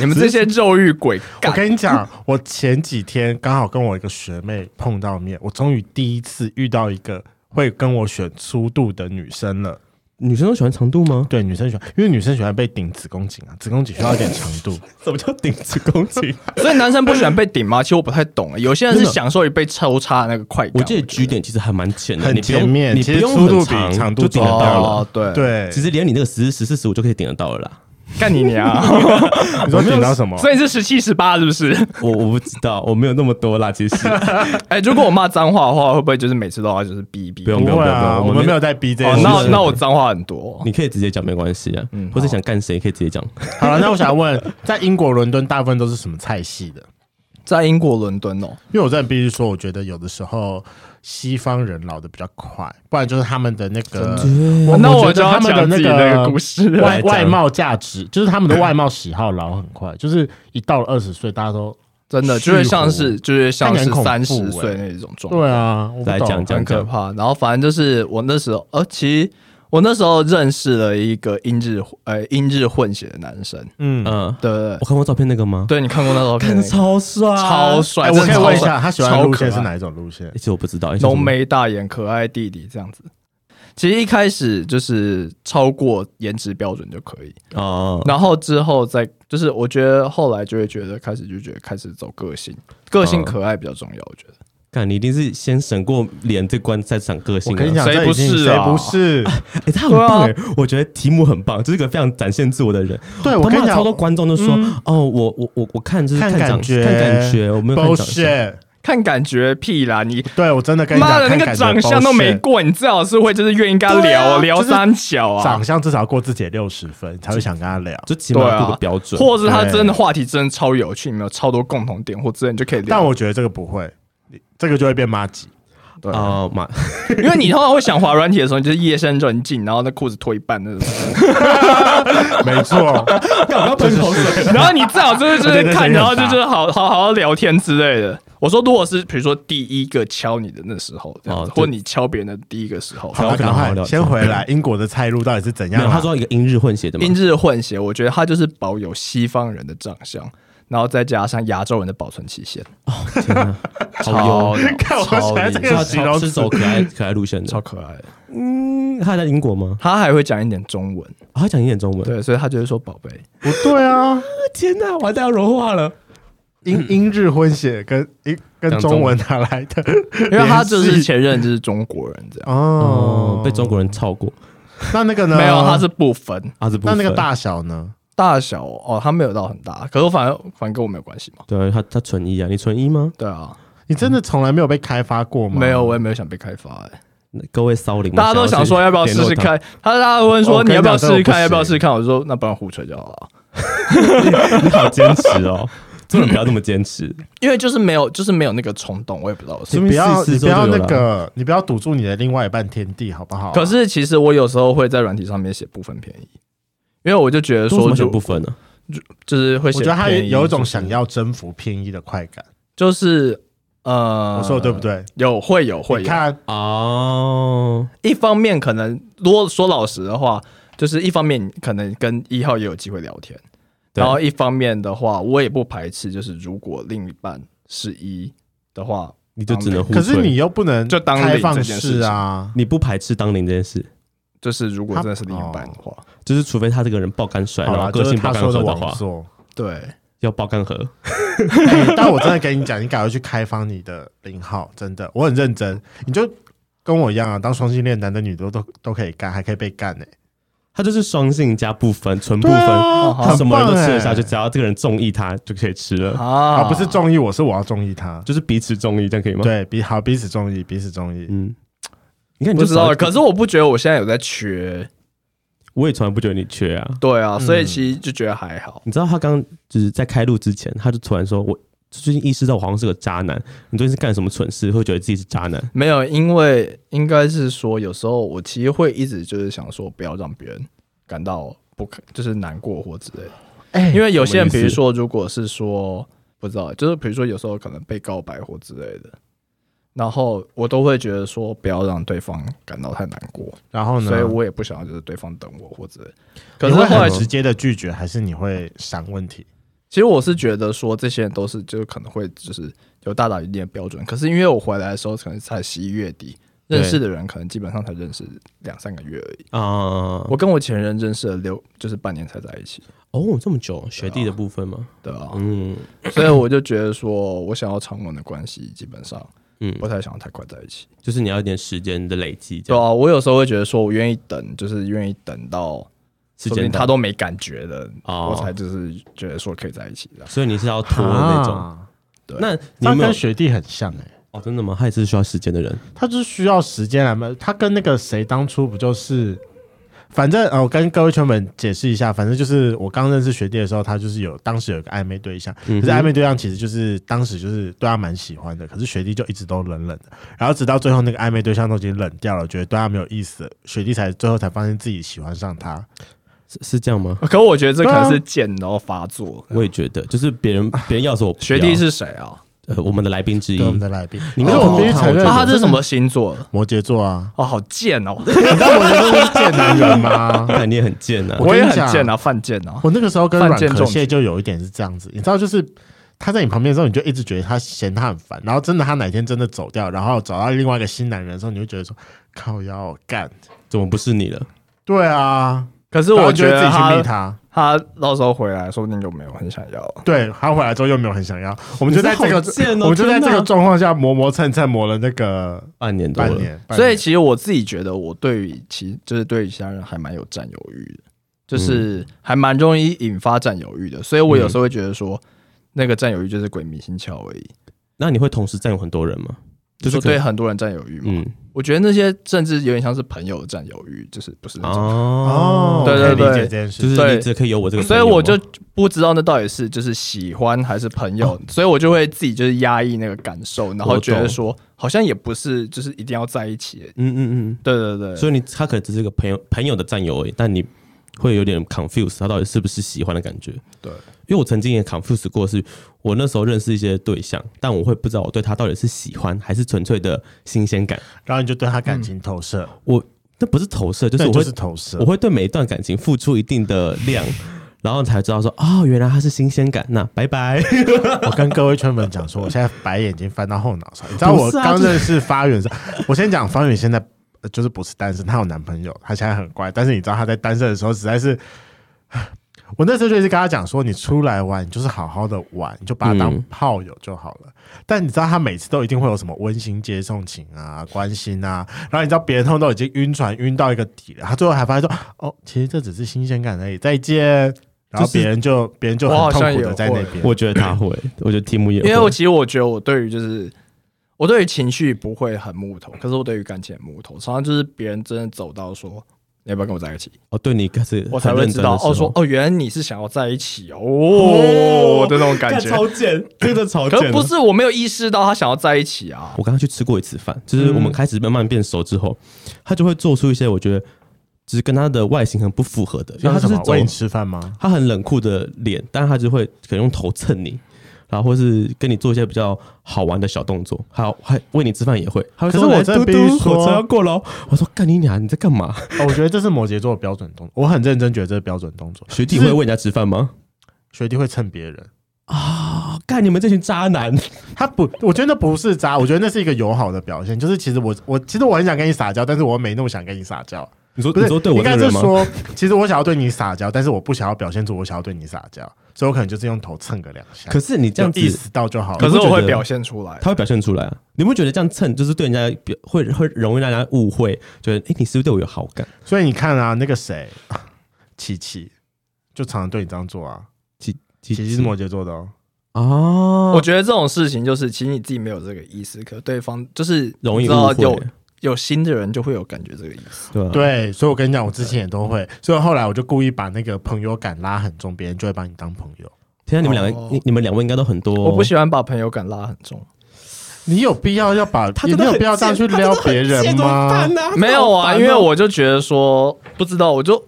Speaker 3: 你们这些肉欲鬼，
Speaker 2: 我
Speaker 3: 干
Speaker 2: 跟你讲，我前几天刚好跟我一个学妹碰到面，我终于第一次遇到一个会跟我选粗度的女生了。
Speaker 1: 女生都喜欢长度吗？
Speaker 2: 对，女生喜欢，因为女生喜欢被顶子宫颈啊，子宫颈需要一点长度。
Speaker 1: 什么叫顶子宫颈？
Speaker 3: 所以男生不喜欢被顶吗？其实我不太懂欸，有些人是
Speaker 1: 真的
Speaker 3: 享受于被抽插的那个快感。
Speaker 1: 我记得
Speaker 3: 觉
Speaker 1: 局点其实还蛮浅的，
Speaker 2: 很
Speaker 1: 你不用
Speaker 2: 前面
Speaker 1: 你不
Speaker 2: 其实
Speaker 1: 用
Speaker 2: 粗度
Speaker 1: 很
Speaker 2: 比
Speaker 1: 长
Speaker 2: 长度
Speaker 1: 就
Speaker 3: 得
Speaker 1: 顶得到了。
Speaker 3: 哦，对，
Speaker 2: 对，
Speaker 1: 其实连你那个十十四十五就可以顶得到了啦。
Speaker 3: 干你 娘！
Speaker 2: 你说顶到什么？
Speaker 3: 所以是十七、十八，是不是？
Speaker 1: 我我不知道，我没有那么多啦。其实
Speaker 3: 哎，如果我骂脏话的话，会不会就是每次都要就是逼逼？
Speaker 1: 不用
Speaker 2: 不会啊，
Speaker 1: 不用不用不用
Speaker 2: 我
Speaker 1: 我
Speaker 2: 们
Speaker 1: 们
Speaker 2: 没有在逼这件
Speaker 3: 哦，
Speaker 2: 事
Speaker 3: 那
Speaker 1: 是
Speaker 3: 那我脏话很多。
Speaker 1: 你可以直接讲没关系啊，
Speaker 3: 嗯
Speaker 1: 或者想干谁可以直接讲。
Speaker 2: 好了，那我想问，在英国伦敦大部分都是什么菜系的？
Speaker 3: 在英国伦敦哦，
Speaker 2: 因为我真的必须说，我觉得有的时候西方人老的比较快，不然就是他们的那个，我
Speaker 3: 那
Speaker 2: 我
Speaker 3: 就
Speaker 2: 觉得
Speaker 3: 要
Speaker 2: 他们
Speaker 3: 讲
Speaker 2: 的
Speaker 3: 自己
Speaker 2: 那
Speaker 3: 那个故事了。
Speaker 2: 外外貌价值，就是他们的外貌喜好老很快，就是一到了二十岁，大家都
Speaker 3: 真的就是像是就是像
Speaker 2: 看
Speaker 3: 是
Speaker 2: 起来很
Speaker 3: 三
Speaker 2: 恐怖
Speaker 3: 十
Speaker 2: 欸
Speaker 3: 岁那种状态。
Speaker 2: 对啊，我不
Speaker 1: 来
Speaker 2: 懂
Speaker 1: 讲讲
Speaker 3: 很可怕。然后反正就是我那时候，呃，其实我那时候认识了一个英日呃英日混血的男生，
Speaker 2: 嗯，
Speaker 1: 嗯，
Speaker 3: 对对
Speaker 1: 我看过照片那个吗？，
Speaker 3: 对，你看过那照片
Speaker 1: 看
Speaker 3: 那
Speaker 1: 着
Speaker 3: 个？
Speaker 1: 超帅，
Speaker 3: 超。帅！
Speaker 2: 哎，我
Speaker 3: 真
Speaker 2: 可
Speaker 3: 的
Speaker 2: 以
Speaker 3: 超
Speaker 2: 问一
Speaker 3: 帅
Speaker 2: 下，他喜欢的路线是？
Speaker 3: 超可爱
Speaker 2: 哪一种路线？
Speaker 1: 哎其实我不知道，
Speaker 2: 哎
Speaker 1: 诶
Speaker 3: 浓，眉大眼、可爱弟弟这样子。其实一开始就是超过颜值标准就可以，
Speaker 1: 其实哦，
Speaker 2: 嗯
Speaker 3: 然后之后再就是，我觉得后来就会觉得开始就觉得开始走个性，个性
Speaker 1: 嗯
Speaker 3: 可爱比较重要，我觉得。
Speaker 1: 看你一定是先审过脸这关，再审个性
Speaker 2: 我
Speaker 1: 啊。
Speaker 2: 跟你讲，
Speaker 3: 谁
Speaker 2: 这已经
Speaker 3: 不是
Speaker 2: 谁
Speaker 3: 啊
Speaker 2: 不是？
Speaker 1: 哎，他很棒
Speaker 3: 对
Speaker 1: 哎，我觉得题目很棒，就是一个非常展现自我的人。
Speaker 2: 对哎我
Speaker 1: 他
Speaker 2: 跟你
Speaker 1: 妈
Speaker 2: 讲
Speaker 1: 超，多观众都说，哦，我我我我看就是
Speaker 2: 看
Speaker 1: 看
Speaker 2: 感
Speaker 1: 长
Speaker 2: 觉，
Speaker 1: 看感觉，我没有看长相。
Speaker 2: bullshit。
Speaker 3: 看感觉屁啦，你
Speaker 2: 对我真的跟你
Speaker 3: 妈
Speaker 2: 讲，
Speaker 3: 的，那
Speaker 2: 看
Speaker 3: 个
Speaker 2: 感觉
Speaker 3: 长相都没
Speaker 2: bullshit
Speaker 3: 过，你最好是会就是愿意跟他
Speaker 2: 对
Speaker 3: 聊、
Speaker 2: 啊
Speaker 3: 聊
Speaker 2: 就是
Speaker 3: 三小啊
Speaker 2: 长，相至少要过自己的六十分，才会想跟他聊。
Speaker 1: 就起码
Speaker 3: 对啊
Speaker 1: 有个标准，
Speaker 3: 或者是他真的话题真的超有趣，你们有超多共同点或之类，你就可以聊。
Speaker 2: 但我觉得这个不会，这个就会变妈吉。啊
Speaker 3: 对，啊
Speaker 1: 呃，马
Speaker 3: 因为你通常会想滑软体的时候，你就是夜深人静，然后那裤子脱一半那种，
Speaker 2: 没 错，
Speaker 1: 干嘛喷口水？
Speaker 3: 然后你最好就是就
Speaker 2: 对
Speaker 3: 是
Speaker 2: 对
Speaker 3: 看，
Speaker 2: 对
Speaker 3: 然后就
Speaker 2: 很
Speaker 3: 是好好好好聊天之类的。我说，如果是比如说第一个敲你的那时候，这样子
Speaker 1: 哦对
Speaker 3: 或你敲别人的第一个时候，
Speaker 2: 好了，
Speaker 1: 跟他
Speaker 2: 赶
Speaker 1: 好好
Speaker 2: 快
Speaker 1: 聊
Speaker 2: 先回来，英国的菜路到底是怎
Speaker 1: 没
Speaker 2: 样
Speaker 1: 有，
Speaker 2: 啊？
Speaker 1: 他说一个英日混血的嘛
Speaker 3: 英，日混血，我觉得他就是保有西方人的长相，然后再加上亚洲人的保存期限，
Speaker 1: 天哪
Speaker 3: 超
Speaker 1: 好优雅，
Speaker 2: 看我
Speaker 1: 超
Speaker 2: 现在这
Speaker 1: 厉
Speaker 2: 个
Speaker 1: 害
Speaker 2: 形容
Speaker 1: 是
Speaker 2: 词
Speaker 1: 走可爱可爱路线的
Speaker 3: 超。可爱的。
Speaker 1: 嗯，他还在英国吗？
Speaker 3: 他还会讲一点中文，
Speaker 1: 啊他讲一点中文。，
Speaker 3: 对，所以他就会说宝贝。
Speaker 2: 不对啊，
Speaker 1: 天哪，完蛋要融化了。
Speaker 2: 英英日混血跟英跟
Speaker 1: 讲
Speaker 2: 中
Speaker 1: 中
Speaker 2: 文
Speaker 1: 文
Speaker 2: 哪来的？
Speaker 3: 因为他就是前任就是中国人这样，
Speaker 1: 哦
Speaker 2: 哦，，
Speaker 1: 被中国人超过。
Speaker 2: 那那个呢？
Speaker 3: 没有他是不分
Speaker 1: 阿兹布
Speaker 2: 那那个
Speaker 1: 啊分，
Speaker 2: 大小呢？
Speaker 3: 大小哦，他没有到很大，可是我反正反正跟我没有关系嘛。
Speaker 1: 对他他纯一啊，你纯一吗？
Speaker 3: 对啊，
Speaker 2: 你真的从来没有被开发过吗？
Speaker 3: 没有，我也没有想被开发、欸，
Speaker 1: 那各位骚灵们，
Speaker 3: 大家都想说要不要试试看，他大家问
Speaker 2: 我
Speaker 3: 说
Speaker 2: 跟
Speaker 3: 你
Speaker 2: 你
Speaker 3: 要不要
Speaker 2: 讲
Speaker 3: 试
Speaker 2: 这
Speaker 3: 试
Speaker 2: 个不
Speaker 3: 看，要不要
Speaker 2: 行
Speaker 3: 试试看？我说那不然互吹就好了，
Speaker 1: 要不要试 试看，你好坚持哦，做人不要那么坚持。
Speaker 3: 因为就是没有就是没有那个冲动，我也不知道为什么。
Speaker 2: 你不要
Speaker 1: 说明
Speaker 2: 你不
Speaker 1: 四周就有
Speaker 2: 要
Speaker 1: 了
Speaker 2: 那个，你不要堵住你的另外一半天地，好不好？
Speaker 3: 可是其实我有时候会在软体上面写部分便宜，因为我就觉得
Speaker 1: 为什
Speaker 3: 说
Speaker 1: 么选
Speaker 3: 就
Speaker 1: 部分呢？
Speaker 3: 就是会写
Speaker 2: 我觉
Speaker 3: 便宜，
Speaker 2: 得他有一种
Speaker 3: 就是
Speaker 2: 想要征服便宜的快感，
Speaker 3: 就是呃，
Speaker 2: 我说的对不？对？
Speaker 3: 有会有会
Speaker 2: 你
Speaker 3: 有，
Speaker 2: 看，
Speaker 1: 哦，
Speaker 3: 一方面可能如果说老实的话，就是一方面可能跟一号也有机会聊天，
Speaker 1: 对
Speaker 3: 然后一方面的话，我也不排斥，就是如果另一半是一的话，
Speaker 1: 你就只能互
Speaker 2: 可是
Speaker 1: 吹
Speaker 2: 你又不能
Speaker 3: 就当零
Speaker 2: 开放
Speaker 3: 这件事
Speaker 2: 式啊，
Speaker 1: 你不排斥当零这件事，
Speaker 3: 就是如果真的是另一半的话，
Speaker 2: 哦
Speaker 1: 就是除非他这个人爆肝帅，
Speaker 2: 好
Speaker 1: 然
Speaker 2: 啦，
Speaker 1: 后
Speaker 2: 就
Speaker 1: 个
Speaker 2: 是
Speaker 1: 性
Speaker 2: 他
Speaker 1: 爆肝
Speaker 2: 说
Speaker 1: 合
Speaker 2: 的
Speaker 1: 的
Speaker 2: 网
Speaker 1: 话，
Speaker 2: 说。
Speaker 3: 对，
Speaker 1: 要爆肝合。
Speaker 2: 哎但我真的跟你讲，你赶快去开放你的零号，真的，我很认真。你就跟我一样啊，当双性恋，男的女的都都可以干，还可以被干呢、
Speaker 1: 他就是双性加部分，纯部
Speaker 2: 对
Speaker 1: 分，
Speaker 2: 啊，
Speaker 3: 哦
Speaker 1: 他
Speaker 2: 很
Speaker 1: 什么人都
Speaker 2: 棒
Speaker 1: 吃得
Speaker 2: 欸
Speaker 1: 下，就只要这个人中意他就可以吃了，
Speaker 3: 啊
Speaker 2: 啊，不是中意我，是我要中意他。
Speaker 1: 就是彼此中意，这样可以吗？，
Speaker 2: 对，彼好彼此中意，彼此中意。
Speaker 1: 嗯，你看你
Speaker 3: 不
Speaker 1: 就
Speaker 3: 知道
Speaker 1: 少，
Speaker 3: 可是我不觉得我现在有在缺，
Speaker 1: 我也从来不觉得你缺啊。
Speaker 3: 对啊，所以其实就觉得还
Speaker 2: 嗯
Speaker 3: 好。
Speaker 1: 你知道他刚就是在开录之前，他就突然说我。最近意识到我好像是个渣男，你最近是干什么蠢事，会觉得自己是渣男？
Speaker 3: 没有，因为应该是说，有时候我其实会一直就是想说，不要让别人感到不可，就是难过或之类的。
Speaker 2: 哎
Speaker 3: 因为有些人，
Speaker 1: 什么
Speaker 3: 比
Speaker 1: 意思
Speaker 3: 如说，如果是说不知道，就是比如说有时候可能被告白或之类的，然后我都会觉得说，不要让对方感到太难过，
Speaker 2: 然后呢？
Speaker 3: 所以我也不想要就是对方等我或之类的。可
Speaker 2: 哦你
Speaker 3: 是
Speaker 2: 会
Speaker 3: 后来
Speaker 2: 很
Speaker 3: 其
Speaker 2: 直接的拒绝，还是你会想问题？
Speaker 3: 其实我是觉得说这些人都是就是可能会就是有大大一定的标准，可是因为我回来的时候可能才十一月底，
Speaker 1: 对
Speaker 3: 认识的人可能基本上才认识两三个月而已。
Speaker 1: 啊、
Speaker 3: 我跟我前任认识了六就是半年才在一起，
Speaker 1: 哦，这么久，学弟的部分吗？
Speaker 3: 对啊，
Speaker 1: 嗯
Speaker 3: 所以我就觉得说我想要长稳的关系，基本上
Speaker 1: 嗯
Speaker 3: 不，太想要太快在一起。
Speaker 1: 就是你要一点时间的累积，这
Speaker 3: 对
Speaker 1: 样
Speaker 3: 啊，我有时候会觉得说我愿意等，就是愿意等到说
Speaker 1: 时
Speaker 3: 不定
Speaker 1: 间到
Speaker 3: 他都没感觉的，
Speaker 1: 哦
Speaker 3: 我才就是觉得说可以在一起这样。
Speaker 1: 所以你是要拖的那种。
Speaker 2: 啊，
Speaker 3: 对
Speaker 1: 那你
Speaker 2: 他
Speaker 1: 有没有
Speaker 2: 跟学弟很像哎、
Speaker 1: 哦，真的吗？他也是需要时间的人。
Speaker 2: 他就是需要时间来嘛。他跟那个谁当初不就是，反正呃，我跟各位圈粉解释一下，反正就是我刚认识学弟的时候，他就是有当时有一个暧昧对象，
Speaker 1: 嗯哼
Speaker 2: 可是暧昧对象其实就是当时就是对他蛮喜欢的，可是学弟就一直都冷冷的，然后直到最后那个暧昧对象都已经冷掉了，觉得对他没有意思了，学弟才最后才发现自己喜欢上他。
Speaker 1: 是是这样吗？
Speaker 3: 可我觉得这可能
Speaker 2: 对
Speaker 3: 是贱然后发作。
Speaker 1: 我也觉得，就是别人别人要是我不
Speaker 3: 学
Speaker 1: 要
Speaker 3: 弟是谁啊？
Speaker 1: 呃我们的来宾之一
Speaker 2: 对，我们的来宾，
Speaker 1: 你
Speaker 2: 可
Speaker 1: 没
Speaker 2: 是
Speaker 1: 有
Speaker 2: 我
Speaker 1: 看
Speaker 2: 必须
Speaker 1: 过他
Speaker 2: 承
Speaker 1: 我
Speaker 2: 认，
Speaker 1: 对
Speaker 3: 啊，他是 什么星座？
Speaker 2: 摩羯座啊？
Speaker 3: 哦，好贱哦！
Speaker 2: 你知道摩羯座是贱男人吗？
Speaker 1: 但你也很贱啊
Speaker 2: 我。
Speaker 3: 我也
Speaker 2: 跟你讲
Speaker 3: 很贱啊，犯贱啊！
Speaker 2: 我那个时候跟
Speaker 3: 犯
Speaker 2: 阮
Speaker 3: 贱
Speaker 2: 可
Speaker 3: 重
Speaker 2: 谢
Speaker 3: 击
Speaker 2: 就有一点是这样子，你知道，就是他在你旁边的时候，你就一直觉得他嫌他很烦，然后真的他哪天真的走掉，然后找到另外一个新男人的时候，你会觉得说靠腰哦干，
Speaker 1: 怎么不是你了？
Speaker 2: 对啊，
Speaker 3: 可是我
Speaker 2: 就
Speaker 3: 觉
Speaker 2: 会
Speaker 3: 得
Speaker 2: 自己去
Speaker 3: 他
Speaker 2: 密他，
Speaker 3: 他到时候回来，说不定就没有很想要。
Speaker 2: 对他回来之后又没有很想要，我们就在这
Speaker 1: 你
Speaker 2: 个
Speaker 1: 是好贱哦
Speaker 2: 我们就在这
Speaker 1: 天
Speaker 2: 个
Speaker 3: 啊
Speaker 1: 哪
Speaker 2: 状况下磨磨蹭蹭磨了那个
Speaker 1: 半年多
Speaker 2: 半
Speaker 1: 了，
Speaker 2: 年，半
Speaker 3: 所以
Speaker 2: 年
Speaker 3: 其实我自己觉得，我对于其就是对于其他人还蛮有占有欲的，就是还蛮容易引发占有欲的。所以我有时候会觉得说，那个占有欲就是鬼迷心窍而已。
Speaker 1: 那你会同时占有很多人吗？
Speaker 3: 就
Speaker 1: 就
Speaker 3: 是是
Speaker 1: 可
Speaker 3: 对很啊多人占有欲嘛。
Speaker 1: 嗯，
Speaker 3: 我觉得那些甚至有点像是朋友占有欲，就是不是那种。
Speaker 1: 哦
Speaker 3: 对对
Speaker 2: 可以理
Speaker 3: 对
Speaker 2: 解这件事，
Speaker 1: 就是
Speaker 3: 对
Speaker 1: 你只可以有我这个朋
Speaker 3: 所以
Speaker 1: 友吗，
Speaker 3: 我就不知道那到底是就是喜欢还是朋友，所以我就会自己就是压抑那个感受，然后觉
Speaker 1: 哦我
Speaker 3: 得
Speaker 1: 懂
Speaker 3: 说好像也不是就是一定要在一起。
Speaker 1: 嗯嗯
Speaker 3: 对对对，
Speaker 1: 嗯，所以你他可能只是一个朋友朋友的战友而已，但你会有点 confuse 他到底是不是喜欢的感觉。
Speaker 3: 对，
Speaker 1: 因为我曾经也 confuse 过是，我那时候认识一些对象，但我会不知道我对他到底是喜欢还是纯粹的新鲜感。
Speaker 2: 然后你就对他感情投射，
Speaker 1: 我那不是投射，就是
Speaker 2: 对
Speaker 1: 我
Speaker 2: 就
Speaker 1: 会
Speaker 2: 是投射
Speaker 1: 我。会对每一段感情付出一定的量， 然后才知道说哦，原来它是新鲜感。那拜拜。
Speaker 2: 我跟各位圈粉讲说，我现在白眼睛翻到后脑勺。你知道我
Speaker 1: 不是啊
Speaker 2: 刚
Speaker 1: 就是
Speaker 2: 认识发源的时候， 我先讲发源现在呃就是不是单身，她有男朋友，她现在很乖。但是你知道她在单身的时候，实在是， 我那时候就一直跟她讲说，你出来玩，你就是好好的玩，你就把她当
Speaker 1: 嗯
Speaker 2: 炮友就好了。但你知道她每次都一定会有什么温馨接送情啊、关心啊，然后你知道别人通通都已经晕船晕到一个底了，她最后还发现说，哦，其实这只是新鲜感而已，再见。然后
Speaker 1: 就是
Speaker 2: 别人就别人就
Speaker 3: 我好
Speaker 2: 很
Speaker 3: 像
Speaker 2: 痛苦的
Speaker 3: 也
Speaker 2: 在那
Speaker 3: 会
Speaker 2: 边，
Speaker 1: 我觉得他会，我觉得题目也
Speaker 3: 因
Speaker 1: 会
Speaker 3: 为我其实我觉得我对于就是我对于情绪不会很木头，可是我对于感情很木头，常常就是别人真的走到说你要不要跟我在一起，
Speaker 1: 哦，对你开始
Speaker 3: 我才
Speaker 1: 很
Speaker 3: 会
Speaker 1: 认
Speaker 3: 知
Speaker 1: 真的
Speaker 3: 道
Speaker 1: 时
Speaker 3: 哦
Speaker 1: 候
Speaker 3: 说哦原来你是想要在一起哦哦的那种感
Speaker 1: 干
Speaker 3: 觉。
Speaker 1: 超贱，真的超
Speaker 3: 可
Speaker 1: 贱。
Speaker 3: 是不是我没有意识到他想要在一起啊，
Speaker 1: 我刚刚去吃过一次饭，就是我们开始慢慢变熟之后，他就会做出一些我觉得只是跟他的外形很不符合的，因
Speaker 2: 像
Speaker 1: 为他
Speaker 2: 什
Speaker 1: 就是
Speaker 2: 么
Speaker 1: 走
Speaker 2: 喂你吃饭吗？
Speaker 1: 他很冷酷的脸，但是他就会可能用头蹭你。然后或是跟你做一些比较好玩的小动作，还有还喂你吃饭也会。他会说
Speaker 2: 可是我
Speaker 1: 来
Speaker 2: 真的
Speaker 1: 嘟
Speaker 2: 必须说
Speaker 1: 嘟，火车要过喽！我说干你娘，你在干嘛？
Speaker 2: 哦我觉得这是摩羯座的标准动作，我很认真觉得这是标准动作。
Speaker 1: 学弟会喂人家吃饭吗？
Speaker 2: 学弟会蹭别人，
Speaker 1: 啊，干你们这群渣男！
Speaker 2: 他不，我觉得那不是渣，我觉得那是一个友好的表现。就是其实我我其实我很想跟你撒娇，但是我没那么想跟你撒娇。
Speaker 1: 你说
Speaker 2: 不
Speaker 1: 你
Speaker 2: 是，
Speaker 1: 说对我
Speaker 2: 应
Speaker 1: 这
Speaker 2: 该
Speaker 1: 个
Speaker 2: 是
Speaker 1: 人吗？
Speaker 2: 说，其实我想要对你撒娇，但是我不想要表现出我想要对你撒娇，所以我可能就是用头蹭个两下。
Speaker 1: 可是你这样子
Speaker 2: 有意，识到就好
Speaker 3: 可
Speaker 2: 了。
Speaker 3: 是
Speaker 1: 你不
Speaker 3: 我
Speaker 1: 觉
Speaker 3: 会
Speaker 1: 得
Speaker 3: 表现出来。
Speaker 1: 他会表现出来啊。你不觉得这样蹭就是对人家表会会容易让人家误会，觉得哎、诶你是不是对我有好感？
Speaker 2: 所以你看啊，那个谁， 琪琪就常常对你这样做啊。
Speaker 1: 其
Speaker 2: 琪琪是摩羯座的哦，
Speaker 1: 啊，
Speaker 3: 我觉得这种事情就是，其实你自己没有这个意思，可对方就是
Speaker 1: 容易
Speaker 3: 你知
Speaker 1: 误
Speaker 3: 道
Speaker 1: 会，
Speaker 3: 有有心的人就会有感觉这个意思。
Speaker 1: 对吧？
Speaker 2: 对，所以我跟你讲，我之前也都会，所以后来我就故意把那个朋友感拉很重，别人就会把你当朋友。
Speaker 1: 天啊，你们两个，
Speaker 2: 哦
Speaker 1: 你你们两位应该都很多。
Speaker 3: 我不喜欢把朋友感拉很重，
Speaker 2: 你有必要要把，
Speaker 1: 他
Speaker 2: 你
Speaker 1: 真的
Speaker 2: 有
Speaker 1: 很
Speaker 2: 必要这样去
Speaker 1: 贱
Speaker 2: 撩别人吗？
Speaker 1: 哦
Speaker 3: 没有啊，因为我就觉得说不知道，我就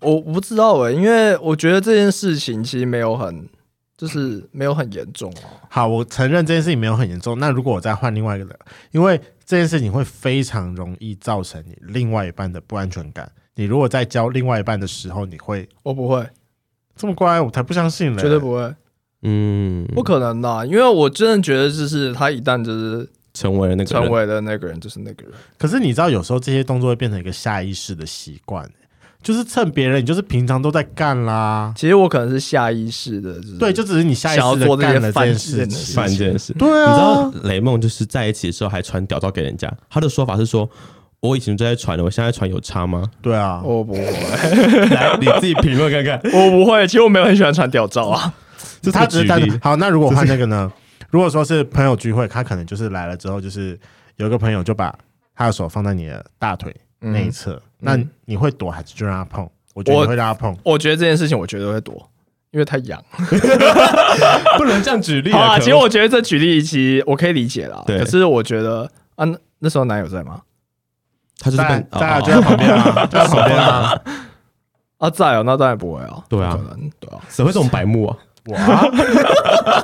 Speaker 3: 我不知道哎、因为我觉得这件事情其实没有很就是没有很严重啊。
Speaker 2: 好，我承认这件事情没有很严重。那如果我再换另外一个人，因为这件事情会非常容易造成你另外一半的不安全感。你如果在教另外一半的时候，你会
Speaker 3: 我不会，
Speaker 2: 这么乖，我才不相信嘞。
Speaker 3: 绝对不会，
Speaker 1: 嗯，
Speaker 3: 不可能啊的，因为我真的觉得就是他一旦就是
Speaker 1: 成为了那个人
Speaker 3: 成为了那个人，就是那个人。
Speaker 2: 可是你知道，有时候这些动作会变成一个下意识的习惯，就是蹭别人，你就是平常都在干啦。
Speaker 3: 其实我可能是下意识的，就是
Speaker 1: 嗯
Speaker 2: 对，就只是你下意识
Speaker 3: 想要
Speaker 2: 的
Speaker 3: 做这些
Speaker 2: 干了这件
Speaker 3: 犯
Speaker 2: 事
Speaker 3: 贱的
Speaker 2: 情
Speaker 3: 事。
Speaker 1: 犯这件事。
Speaker 2: 对
Speaker 1: 你知
Speaker 2: 啊
Speaker 1: 道，雷梦就是在一起的时候还传屌照给人家，他的说法是说。我以前就在传了，我现在传有 差吗？
Speaker 2: 对啊，
Speaker 3: 我不会。
Speaker 1: 来，你自己评论看看。
Speaker 3: 我不会，其实我没有很喜欢传屌照啊。
Speaker 1: 这是
Speaker 2: 他
Speaker 1: 个
Speaker 2: 只是
Speaker 1: 举
Speaker 2: 单
Speaker 1: 例
Speaker 2: 纯好。那如果换那个呢？如果说是朋友聚会，他可能就是来了之后，就是有一个朋友就把他的手放在你的大腿
Speaker 1: 嗯
Speaker 2: 那一侧，那你会躲还是就让他碰？我觉得
Speaker 3: 我
Speaker 2: 你会让他碰。
Speaker 3: 我觉得这件事情，我绝对会躲，因为太 痒。
Speaker 1: 不能这样举例
Speaker 3: 好啊，
Speaker 1: 可恶
Speaker 3: 其实我觉得这举例其实我可以理解啦。
Speaker 1: 对
Speaker 3: 可是我觉得啊，那那时候男友在吗？
Speaker 1: 他就是哦
Speaker 2: 在
Speaker 1: 笨
Speaker 2: 在啊就在旁边 啊，就在旁边啊。
Speaker 3: 啊，在哦，那当然不会啊。
Speaker 1: 对啊
Speaker 3: 不可能对啊。
Speaker 1: 谁会这种白目啊？
Speaker 2: 我啊，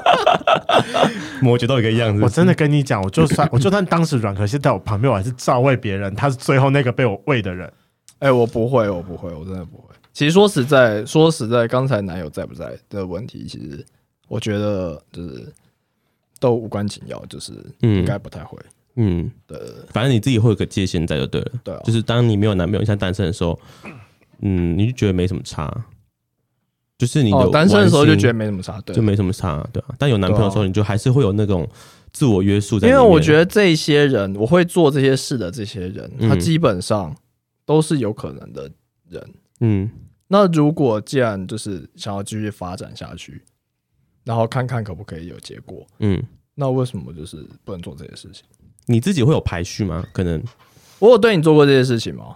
Speaker 1: 摩羯都有一个样子。
Speaker 2: 我真的跟你讲，我就算我就算当时软壳蟹在我旁边，我还是照喂别人。他是最后那个被我喂的人。
Speaker 3: 哎、我不会，我不会，我真的不会。其实说实在，说实在，刚才男友在不在的问题，其实我觉得就是都无关紧要，就是应
Speaker 1: 嗯
Speaker 3: 该不太会。
Speaker 1: 嗯，
Speaker 3: 对对对
Speaker 1: 反正你自己会有个界限在就对了。
Speaker 3: 对啊
Speaker 1: 就，是当你没有男朋友，像单身的时候，嗯，你就觉得没什么差，就是你的、
Speaker 3: 哦，单身的时候就觉得没什么差，对
Speaker 1: 就，没什么差，对啊。但有男朋友的时候，你就还是会有那种自我约束在
Speaker 3: 因
Speaker 1: 里
Speaker 3: 为
Speaker 1: 面。
Speaker 3: 我觉得这些人，我会做这些事的这些人，
Speaker 1: 嗯
Speaker 3: 他基本上都是有可能的人。
Speaker 1: 嗯，
Speaker 3: 那如果既然就是想要继续发展下去，然后看看可不可以有结果，
Speaker 1: 嗯
Speaker 3: 那为什么就是不能做这些事情？
Speaker 1: 你自己会有排序吗？可能
Speaker 3: 我有对你做过这些事情吗？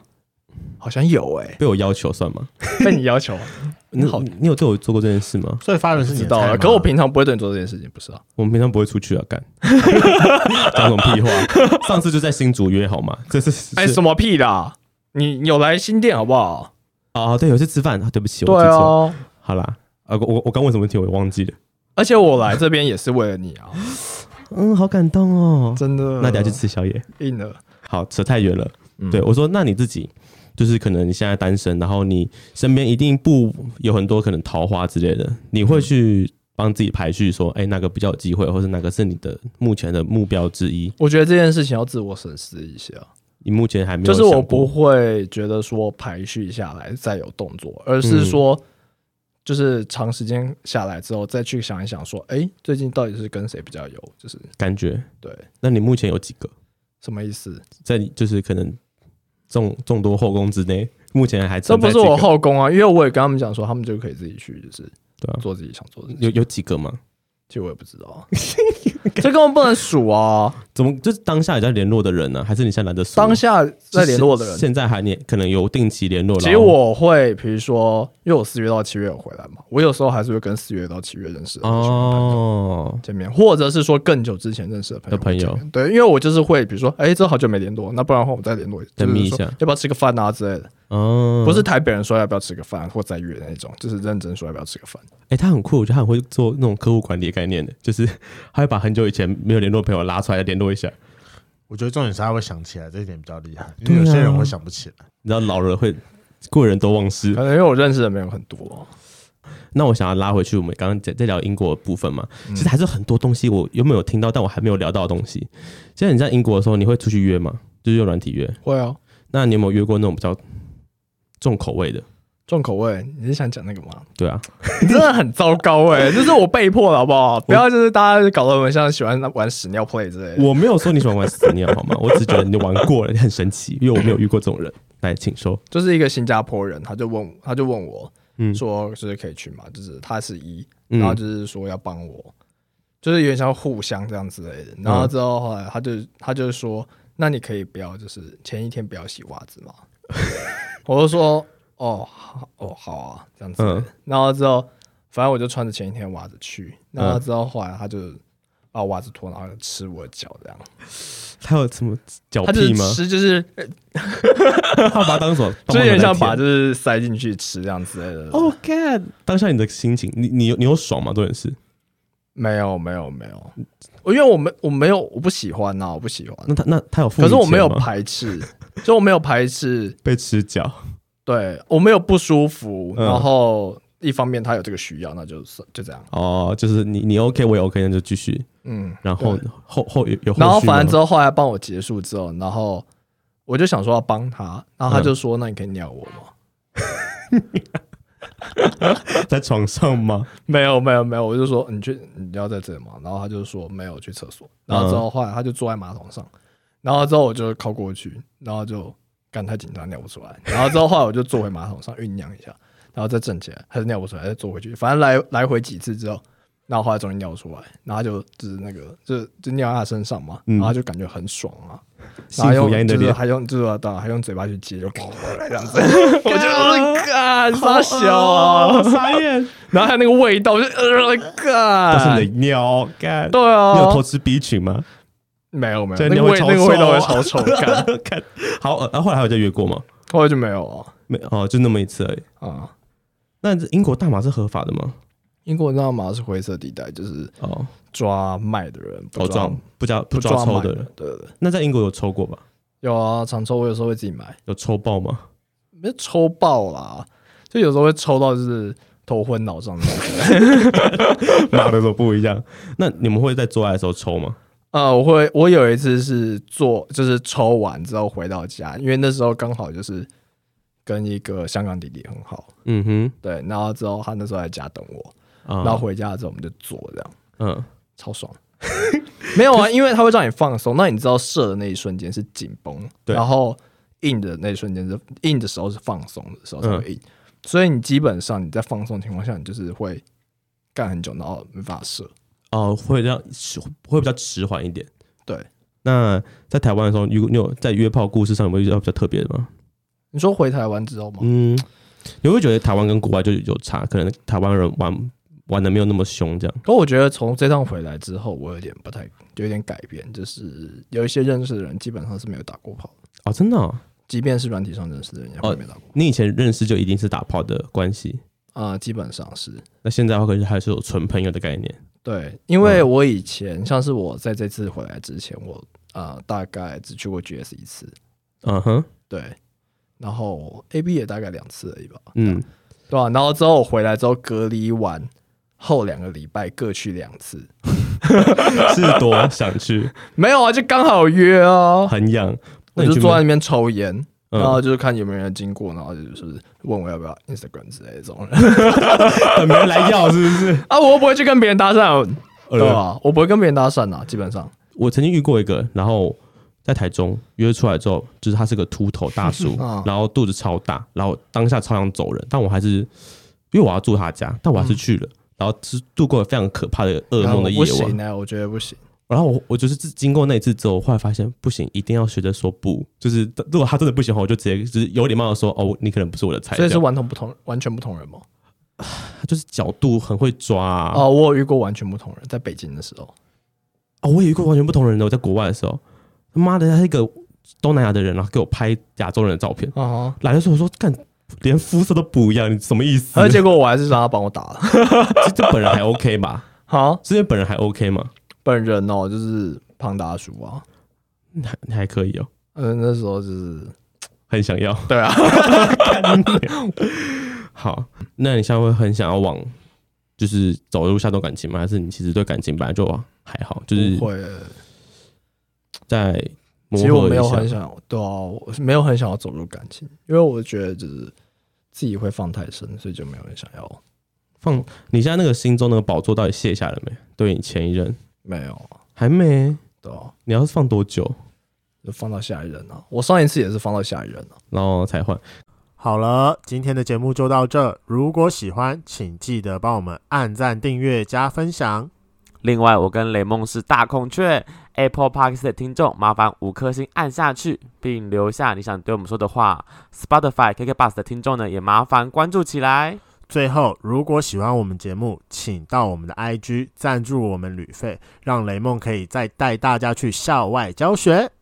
Speaker 3: 好像有 哎、
Speaker 1: 被我要求算吗？
Speaker 3: 被你要求
Speaker 1: 你
Speaker 3: 好
Speaker 1: 你有对我做过这件事吗？
Speaker 2: 所以发源是你
Speaker 3: 知
Speaker 2: 的
Speaker 3: 道
Speaker 2: 菜吗
Speaker 3: 了，可我平常不会对你做这件事情，不是啊？
Speaker 1: 我们平常不会出去啊， 干讲什么屁话？上次就在新竹约好吗？这是
Speaker 3: 哎，
Speaker 1: 是
Speaker 3: 什么屁啦！你你有来新店好不好？
Speaker 1: 哦，对，有次吃饭，啊对不起，我
Speaker 3: 对
Speaker 1: 记错了。
Speaker 3: 啊，
Speaker 1: 好啦，呃，我我我刚问什么问题我忘记了。
Speaker 3: 而且我来这边也是为了你啊，
Speaker 1: 嗯，好感动哦。
Speaker 3: 真的。
Speaker 1: 那等下去吃宵夜。
Speaker 3: 硬了，
Speaker 1: 好，扯太远了。
Speaker 3: 嗯
Speaker 1: 对我说，那你自己就是可能你现在单身，然后你身边一定不有很多可能桃花之类的，你会去帮自己排序说，哎、哪个比较有机会，或是哪个是你的目前的目标之一？
Speaker 3: 我觉得这件事情要自我审视一下，
Speaker 1: 你目前还没有
Speaker 3: 就
Speaker 1: 想
Speaker 3: 是
Speaker 1: 过，
Speaker 3: 我不会觉得说排序下来再有动作，而是
Speaker 1: 嗯
Speaker 3: 说就是长时间下来之后再去想一想，说，哎，最近到底是跟谁比较有，就是
Speaker 1: 感觉。
Speaker 3: 对，
Speaker 1: 那你目前有几个？
Speaker 3: 什么意思？
Speaker 1: 在你就是可能众众多后宫之内，目前还
Speaker 3: 这
Speaker 1: 存在
Speaker 3: 不是我
Speaker 1: 几个
Speaker 3: 后宫啊，因为我也跟他们讲说，他们就可以自己去，就是
Speaker 1: 对啊，
Speaker 3: 做自己想做的事情。
Speaker 1: 有有几个吗？
Speaker 3: 其实我也不知 道，这根本不能数啊！
Speaker 1: 怎么就是当下有在联络的人呢、还是你现在懒得数？
Speaker 3: 当下在联络的
Speaker 1: 就是
Speaker 3: 人，
Speaker 1: 现在还联可能有定期联络。
Speaker 3: 其
Speaker 1: 然
Speaker 3: 实
Speaker 1: 后
Speaker 3: 我会，比如说，因为我四月到七月有回来嘛，我有时候还是会跟四月到七月认识的人去
Speaker 1: 哦，
Speaker 3: 见面，或者是说更久之前认识的朋友
Speaker 1: 的朋友
Speaker 3: 见面对，因为我就是会，比如说，哎，这好久没联络，那不然的话我们再联络，就
Speaker 1: 再
Speaker 3: 是
Speaker 1: 密一
Speaker 3: 说
Speaker 1: 下
Speaker 3: 要不要吃个饭啊之类的，
Speaker 1: 哦，
Speaker 3: 不是台北人说要不要吃个饭或再约的那种，就是认真说要不要吃个饭。
Speaker 1: 哎、他很酷，我觉得他很会做那种客户管理的概念的，就是他会把很久以前没有联络的朋友拉出来再联络一下。
Speaker 2: 我觉得重点是他会想起来，这一点比较厉害。因
Speaker 1: 对啊
Speaker 2: 为有些人会想不起来。
Speaker 1: 你知道老人会过人都忘事
Speaker 3: 可。能因为我认识的没有很多，
Speaker 1: 那我想要拉回去，我们刚刚在在聊英国的部分
Speaker 3: 嗯
Speaker 1: 嘛，其实还是有很多东西我有没有听到，但我还没有聊到的东西。现在你在英国的时候，你会出去约吗？就是用软体约？
Speaker 3: 会啊，
Speaker 1: 那你有没有约过那种比较重口味的？
Speaker 3: 重口味，你是想讲那个吗？
Speaker 1: 对啊，
Speaker 3: 你真的很糟糕 哎、就是我被迫的好不好？不要就是大家搞得我们像喜欢玩屎尿 play 之类的。
Speaker 1: 我没有说你喜欢玩死尿好吗？我只是觉得你玩过了，你很神奇，因为我没有遇过这种人。来，请说。
Speaker 3: 就是一个新加坡人，他就问我他就问我
Speaker 1: 嗯
Speaker 3: 说，就是可以去吗？就是他是一，
Speaker 1: 嗯
Speaker 3: 然后就是说要帮我，就是有点像互相这样之类的。然
Speaker 1: 嗯
Speaker 3: 后之后后来他就他就说，那你可以不要就是前一天不要洗袜子吗？ 我就说哦好哦好啊这样子。
Speaker 1: 嗯
Speaker 3: 然后之后反正我就穿着前一天的袜子去，然
Speaker 1: 嗯
Speaker 3: 后之后后来他就把我袜子脱，然后就吃我的脚这样。
Speaker 1: 他有什么脚
Speaker 3: 他就是
Speaker 1: 屁吗？
Speaker 3: 吃就是
Speaker 1: 他把它当什么？
Speaker 3: 就有 点像把
Speaker 1: 把
Speaker 3: 就是塞进去吃这样之类 的。
Speaker 1: Oh God！当下你的心情，你你有你有爽吗？多点是，
Speaker 3: 没有没有没有，因为我没我没有我不喜欢啊呐、我不喜欢。
Speaker 1: 那他那他有付
Speaker 3: 可
Speaker 1: 你钱吗，
Speaker 3: 是我没有排斥，就我没有排斥，
Speaker 1: 被吃脚，
Speaker 3: 对我没有不舒服。
Speaker 1: 嗯
Speaker 3: 然后一方面他有这个需要，那就是就这样。
Speaker 1: 哦，就是你你 OK，我也 OK，那就继续。
Speaker 3: 嗯，
Speaker 1: 然后后后有有续吗，
Speaker 3: 然后反正之后后来帮我结束之后，然后我就想说要帮他，然
Speaker 1: 嗯
Speaker 3: 后他就说：“那你可以尿我吗
Speaker 1: 在床上吗？？”
Speaker 3: 没有没有没有，我就说：“你去你要在这吗？”然后他就说：“没有，我去厕所。”然后之后后来他就坐在马桶上，然后之后我就靠过去，然后就干太紧张尿不出来，然后之后后来我就坐回马桶上酝酿一下，然后再站起来，还是尿不出来，再坐回去，反正来来回几次之后，然后后来终于尿出来，然后他就就是那个就就尿在他身上嘛，
Speaker 1: 嗯
Speaker 3: 然后他就感觉很爽啊，
Speaker 1: 幸
Speaker 3: 然后用
Speaker 1: 福洋溢的
Speaker 3: 就是
Speaker 1: 脸，
Speaker 3: 还用就是当然还用嘴巴去接，就这样子，我就干傻小啊，
Speaker 1: 哦傻 眼，
Speaker 3: 然后还有那个味道，我就呃
Speaker 1: 都是
Speaker 3: 干，
Speaker 1: 你的尿干。
Speaker 3: 对
Speaker 1: 你有
Speaker 3: 啊
Speaker 1: 偷，吃 B 群吗？
Speaker 3: 没有没
Speaker 1: 这
Speaker 3: 有，
Speaker 1: 样
Speaker 3: 那个
Speaker 1: 尿
Speaker 3: 味那
Speaker 1: 会超
Speaker 3: 个味道会
Speaker 1: 臭
Speaker 3: 超臭，啊干，
Speaker 1: 看，好，呃然后后来还有再约过吗？
Speaker 3: 后来就没有啊
Speaker 1: 没，哦，就那么一次而已。
Speaker 3: 啊。
Speaker 1: 那英国大麻是合法的吗？
Speaker 3: 英国你知道吗？是灰色地带，就是
Speaker 1: 哦，
Speaker 3: 抓卖的人，不
Speaker 1: 哦，
Speaker 3: 抓
Speaker 1: 抓不抓不
Speaker 3: 不
Speaker 1: 抓抽
Speaker 3: 买
Speaker 1: 的人，
Speaker 3: 对对对，
Speaker 1: 那在英国有抽过吧？
Speaker 3: 有啊，常抽我有时候会自己买，
Speaker 1: 有抽爆吗？
Speaker 3: 没抽爆啦，就有时候会抽到就是头昏脑胀的。
Speaker 1: 妈的，都不一样。 那你们会在做爱的时候抽吗？
Speaker 3: 呃，我会，我有一次是做，就是抽完之后回到家，因为那时候刚好就是跟一个香港弟弟很好，
Speaker 1: 嗯哼，
Speaker 3: 对，然后之后他那时候在家等我，
Speaker 1: 啊、
Speaker 3: 然后回家之后我们就做这样，
Speaker 1: 嗯，
Speaker 3: 超爽。 没有啊，因为他会让你放松。那你知道射的那一瞬间是紧绷，
Speaker 1: 对
Speaker 3: 然后硬的那一瞬间是硬的时候是放松的时候才会硬，
Speaker 1: 嗯
Speaker 3: 所以你基本上你在放松的情况下，你就是会干很久，然后没办法射。
Speaker 1: 哦、会让迟会比较迟缓一点。
Speaker 3: 对，
Speaker 1: 那在台湾的时候，你有你有在约炮故事上有没有遇到比较特别的吗？
Speaker 3: 你说回台湾之后吗？
Speaker 1: 嗯，你会觉得台湾跟国外就有差，可能台湾人玩玩的没有那么凶，这样。
Speaker 3: 可我觉得从这趟回来之后，我有点不太，有点改变，就是有一些认识的人基本上是没有打过炮，
Speaker 1: 哦，真的、哦，
Speaker 3: 即便是软体上认识的人也会没打过
Speaker 1: 你以前认识就一定是打炮的关系，
Speaker 3: 啊、基本上是
Speaker 1: 那现在的话可是还是有纯朋友的概念。
Speaker 3: 对，因为
Speaker 1: 嗯
Speaker 3: 我以前像是我在这次回来之前，我啊、呃大概只去过 GS 一次，
Speaker 1: 嗯哼，
Speaker 3: 对，然后 AB 也大概两次而已吧，
Speaker 1: 嗯，
Speaker 3: 对吧、然后之后我回来之后隔离完后两个礼拜各去两次，
Speaker 1: 是多 想去，
Speaker 3: 没有啊，就刚好约啊，
Speaker 1: 很痒。
Speaker 3: 我
Speaker 1: 那你
Speaker 3: 就
Speaker 1: 去
Speaker 3: 坐在呃
Speaker 1: 没
Speaker 3: 那边抽烟。
Speaker 1: 嗯
Speaker 3: 然 后就是看有没有人经过，然后就是问我要不要 Instagram 之类的这种人
Speaker 1: 有没人来要，是不是？
Speaker 3: 啊，我又不会去跟别人搭讪， 对啊
Speaker 1: 呃，
Speaker 3: 吧？我不会跟别人搭讪啊，基本上
Speaker 1: 我曾经遇过一个，然后在台中约出来之后，就是他是个秃头大叔
Speaker 3: 啊，
Speaker 1: 然后肚子超大，然后当下超想走人，但我还是因为我要住他家，但我还是去了，然后是度过了非常可怕的噩梦的夜
Speaker 3: 不
Speaker 1: 晚
Speaker 3: 行。啊呢，我觉得不行。
Speaker 1: 然后我我就是自经过那一次之后，我后来发现不行，一定要学着说不。就是如果他真的不喜欢，我就直接就是有礼貌的说哦，你可能不是我的菜。
Speaker 3: 所以是
Speaker 1: 这样
Speaker 3: 完全不同，完全不同人吗？
Speaker 1: 他就是角度很会抓啊。
Speaker 3: 哦，我有遇过完全不同人，在北京的时候，
Speaker 1: 哦我有一个完全不同人的，我在国外的时候，他妈的他是一个东南亚的人，然后给我拍亚洲人的照片，
Speaker 3: 啊、
Speaker 1: 来的时候我说干。连肤色都不一样，你什么意思
Speaker 3: 然后？结果我还是让他帮我打了。
Speaker 1: 这这本人还 OK 吧？
Speaker 3: 好，
Speaker 1: 这些本人还 OK 吗？
Speaker 3: 本人哦，就是胖大叔啊，
Speaker 1: 你还你还可以哦，
Speaker 3: 嗯、那时候就是
Speaker 1: 很想要。
Speaker 3: 对啊，
Speaker 1: 好，那你现在会很想要往就是走入下段感情吗？还是你其实对感情本来就还好，就是
Speaker 3: 不会。
Speaker 1: 在磨
Speaker 3: 其实我
Speaker 1: 合
Speaker 3: 没
Speaker 1: 一
Speaker 3: 有很
Speaker 1: 下。
Speaker 3: 想，对啊，我是没有很想要走入感情，因为我觉得就是自己会放太深，所以就没有人想要。
Speaker 1: 放你现在那个心中那个宝座到底卸下了没？对你前一任
Speaker 3: 没有啊，
Speaker 1: 还没？
Speaker 3: 对啊，
Speaker 1: 你要是放多久，
Speaker 3: 就放到下一任啊。我上一次也是放到下一任啊。
Speaker 1: 然后才换？
Speaker 2: 好了，今天的节目就到这。如果喜欢，请记得帮我们按赞、订阅、加分享。
Speaker 5: 另外，我跟雷梦是大孔雀 Apple Park 的听众，麻烦五颗星按下去，并留下你想对我们说的话。Spotify KK Bus 的听众呢，也麻烦关注起来。
Speaker 2: 最后，如果喜欢我们节目，请到我们的 IG 赞助我们旅费，让雷梦可以再带大家去校外教学。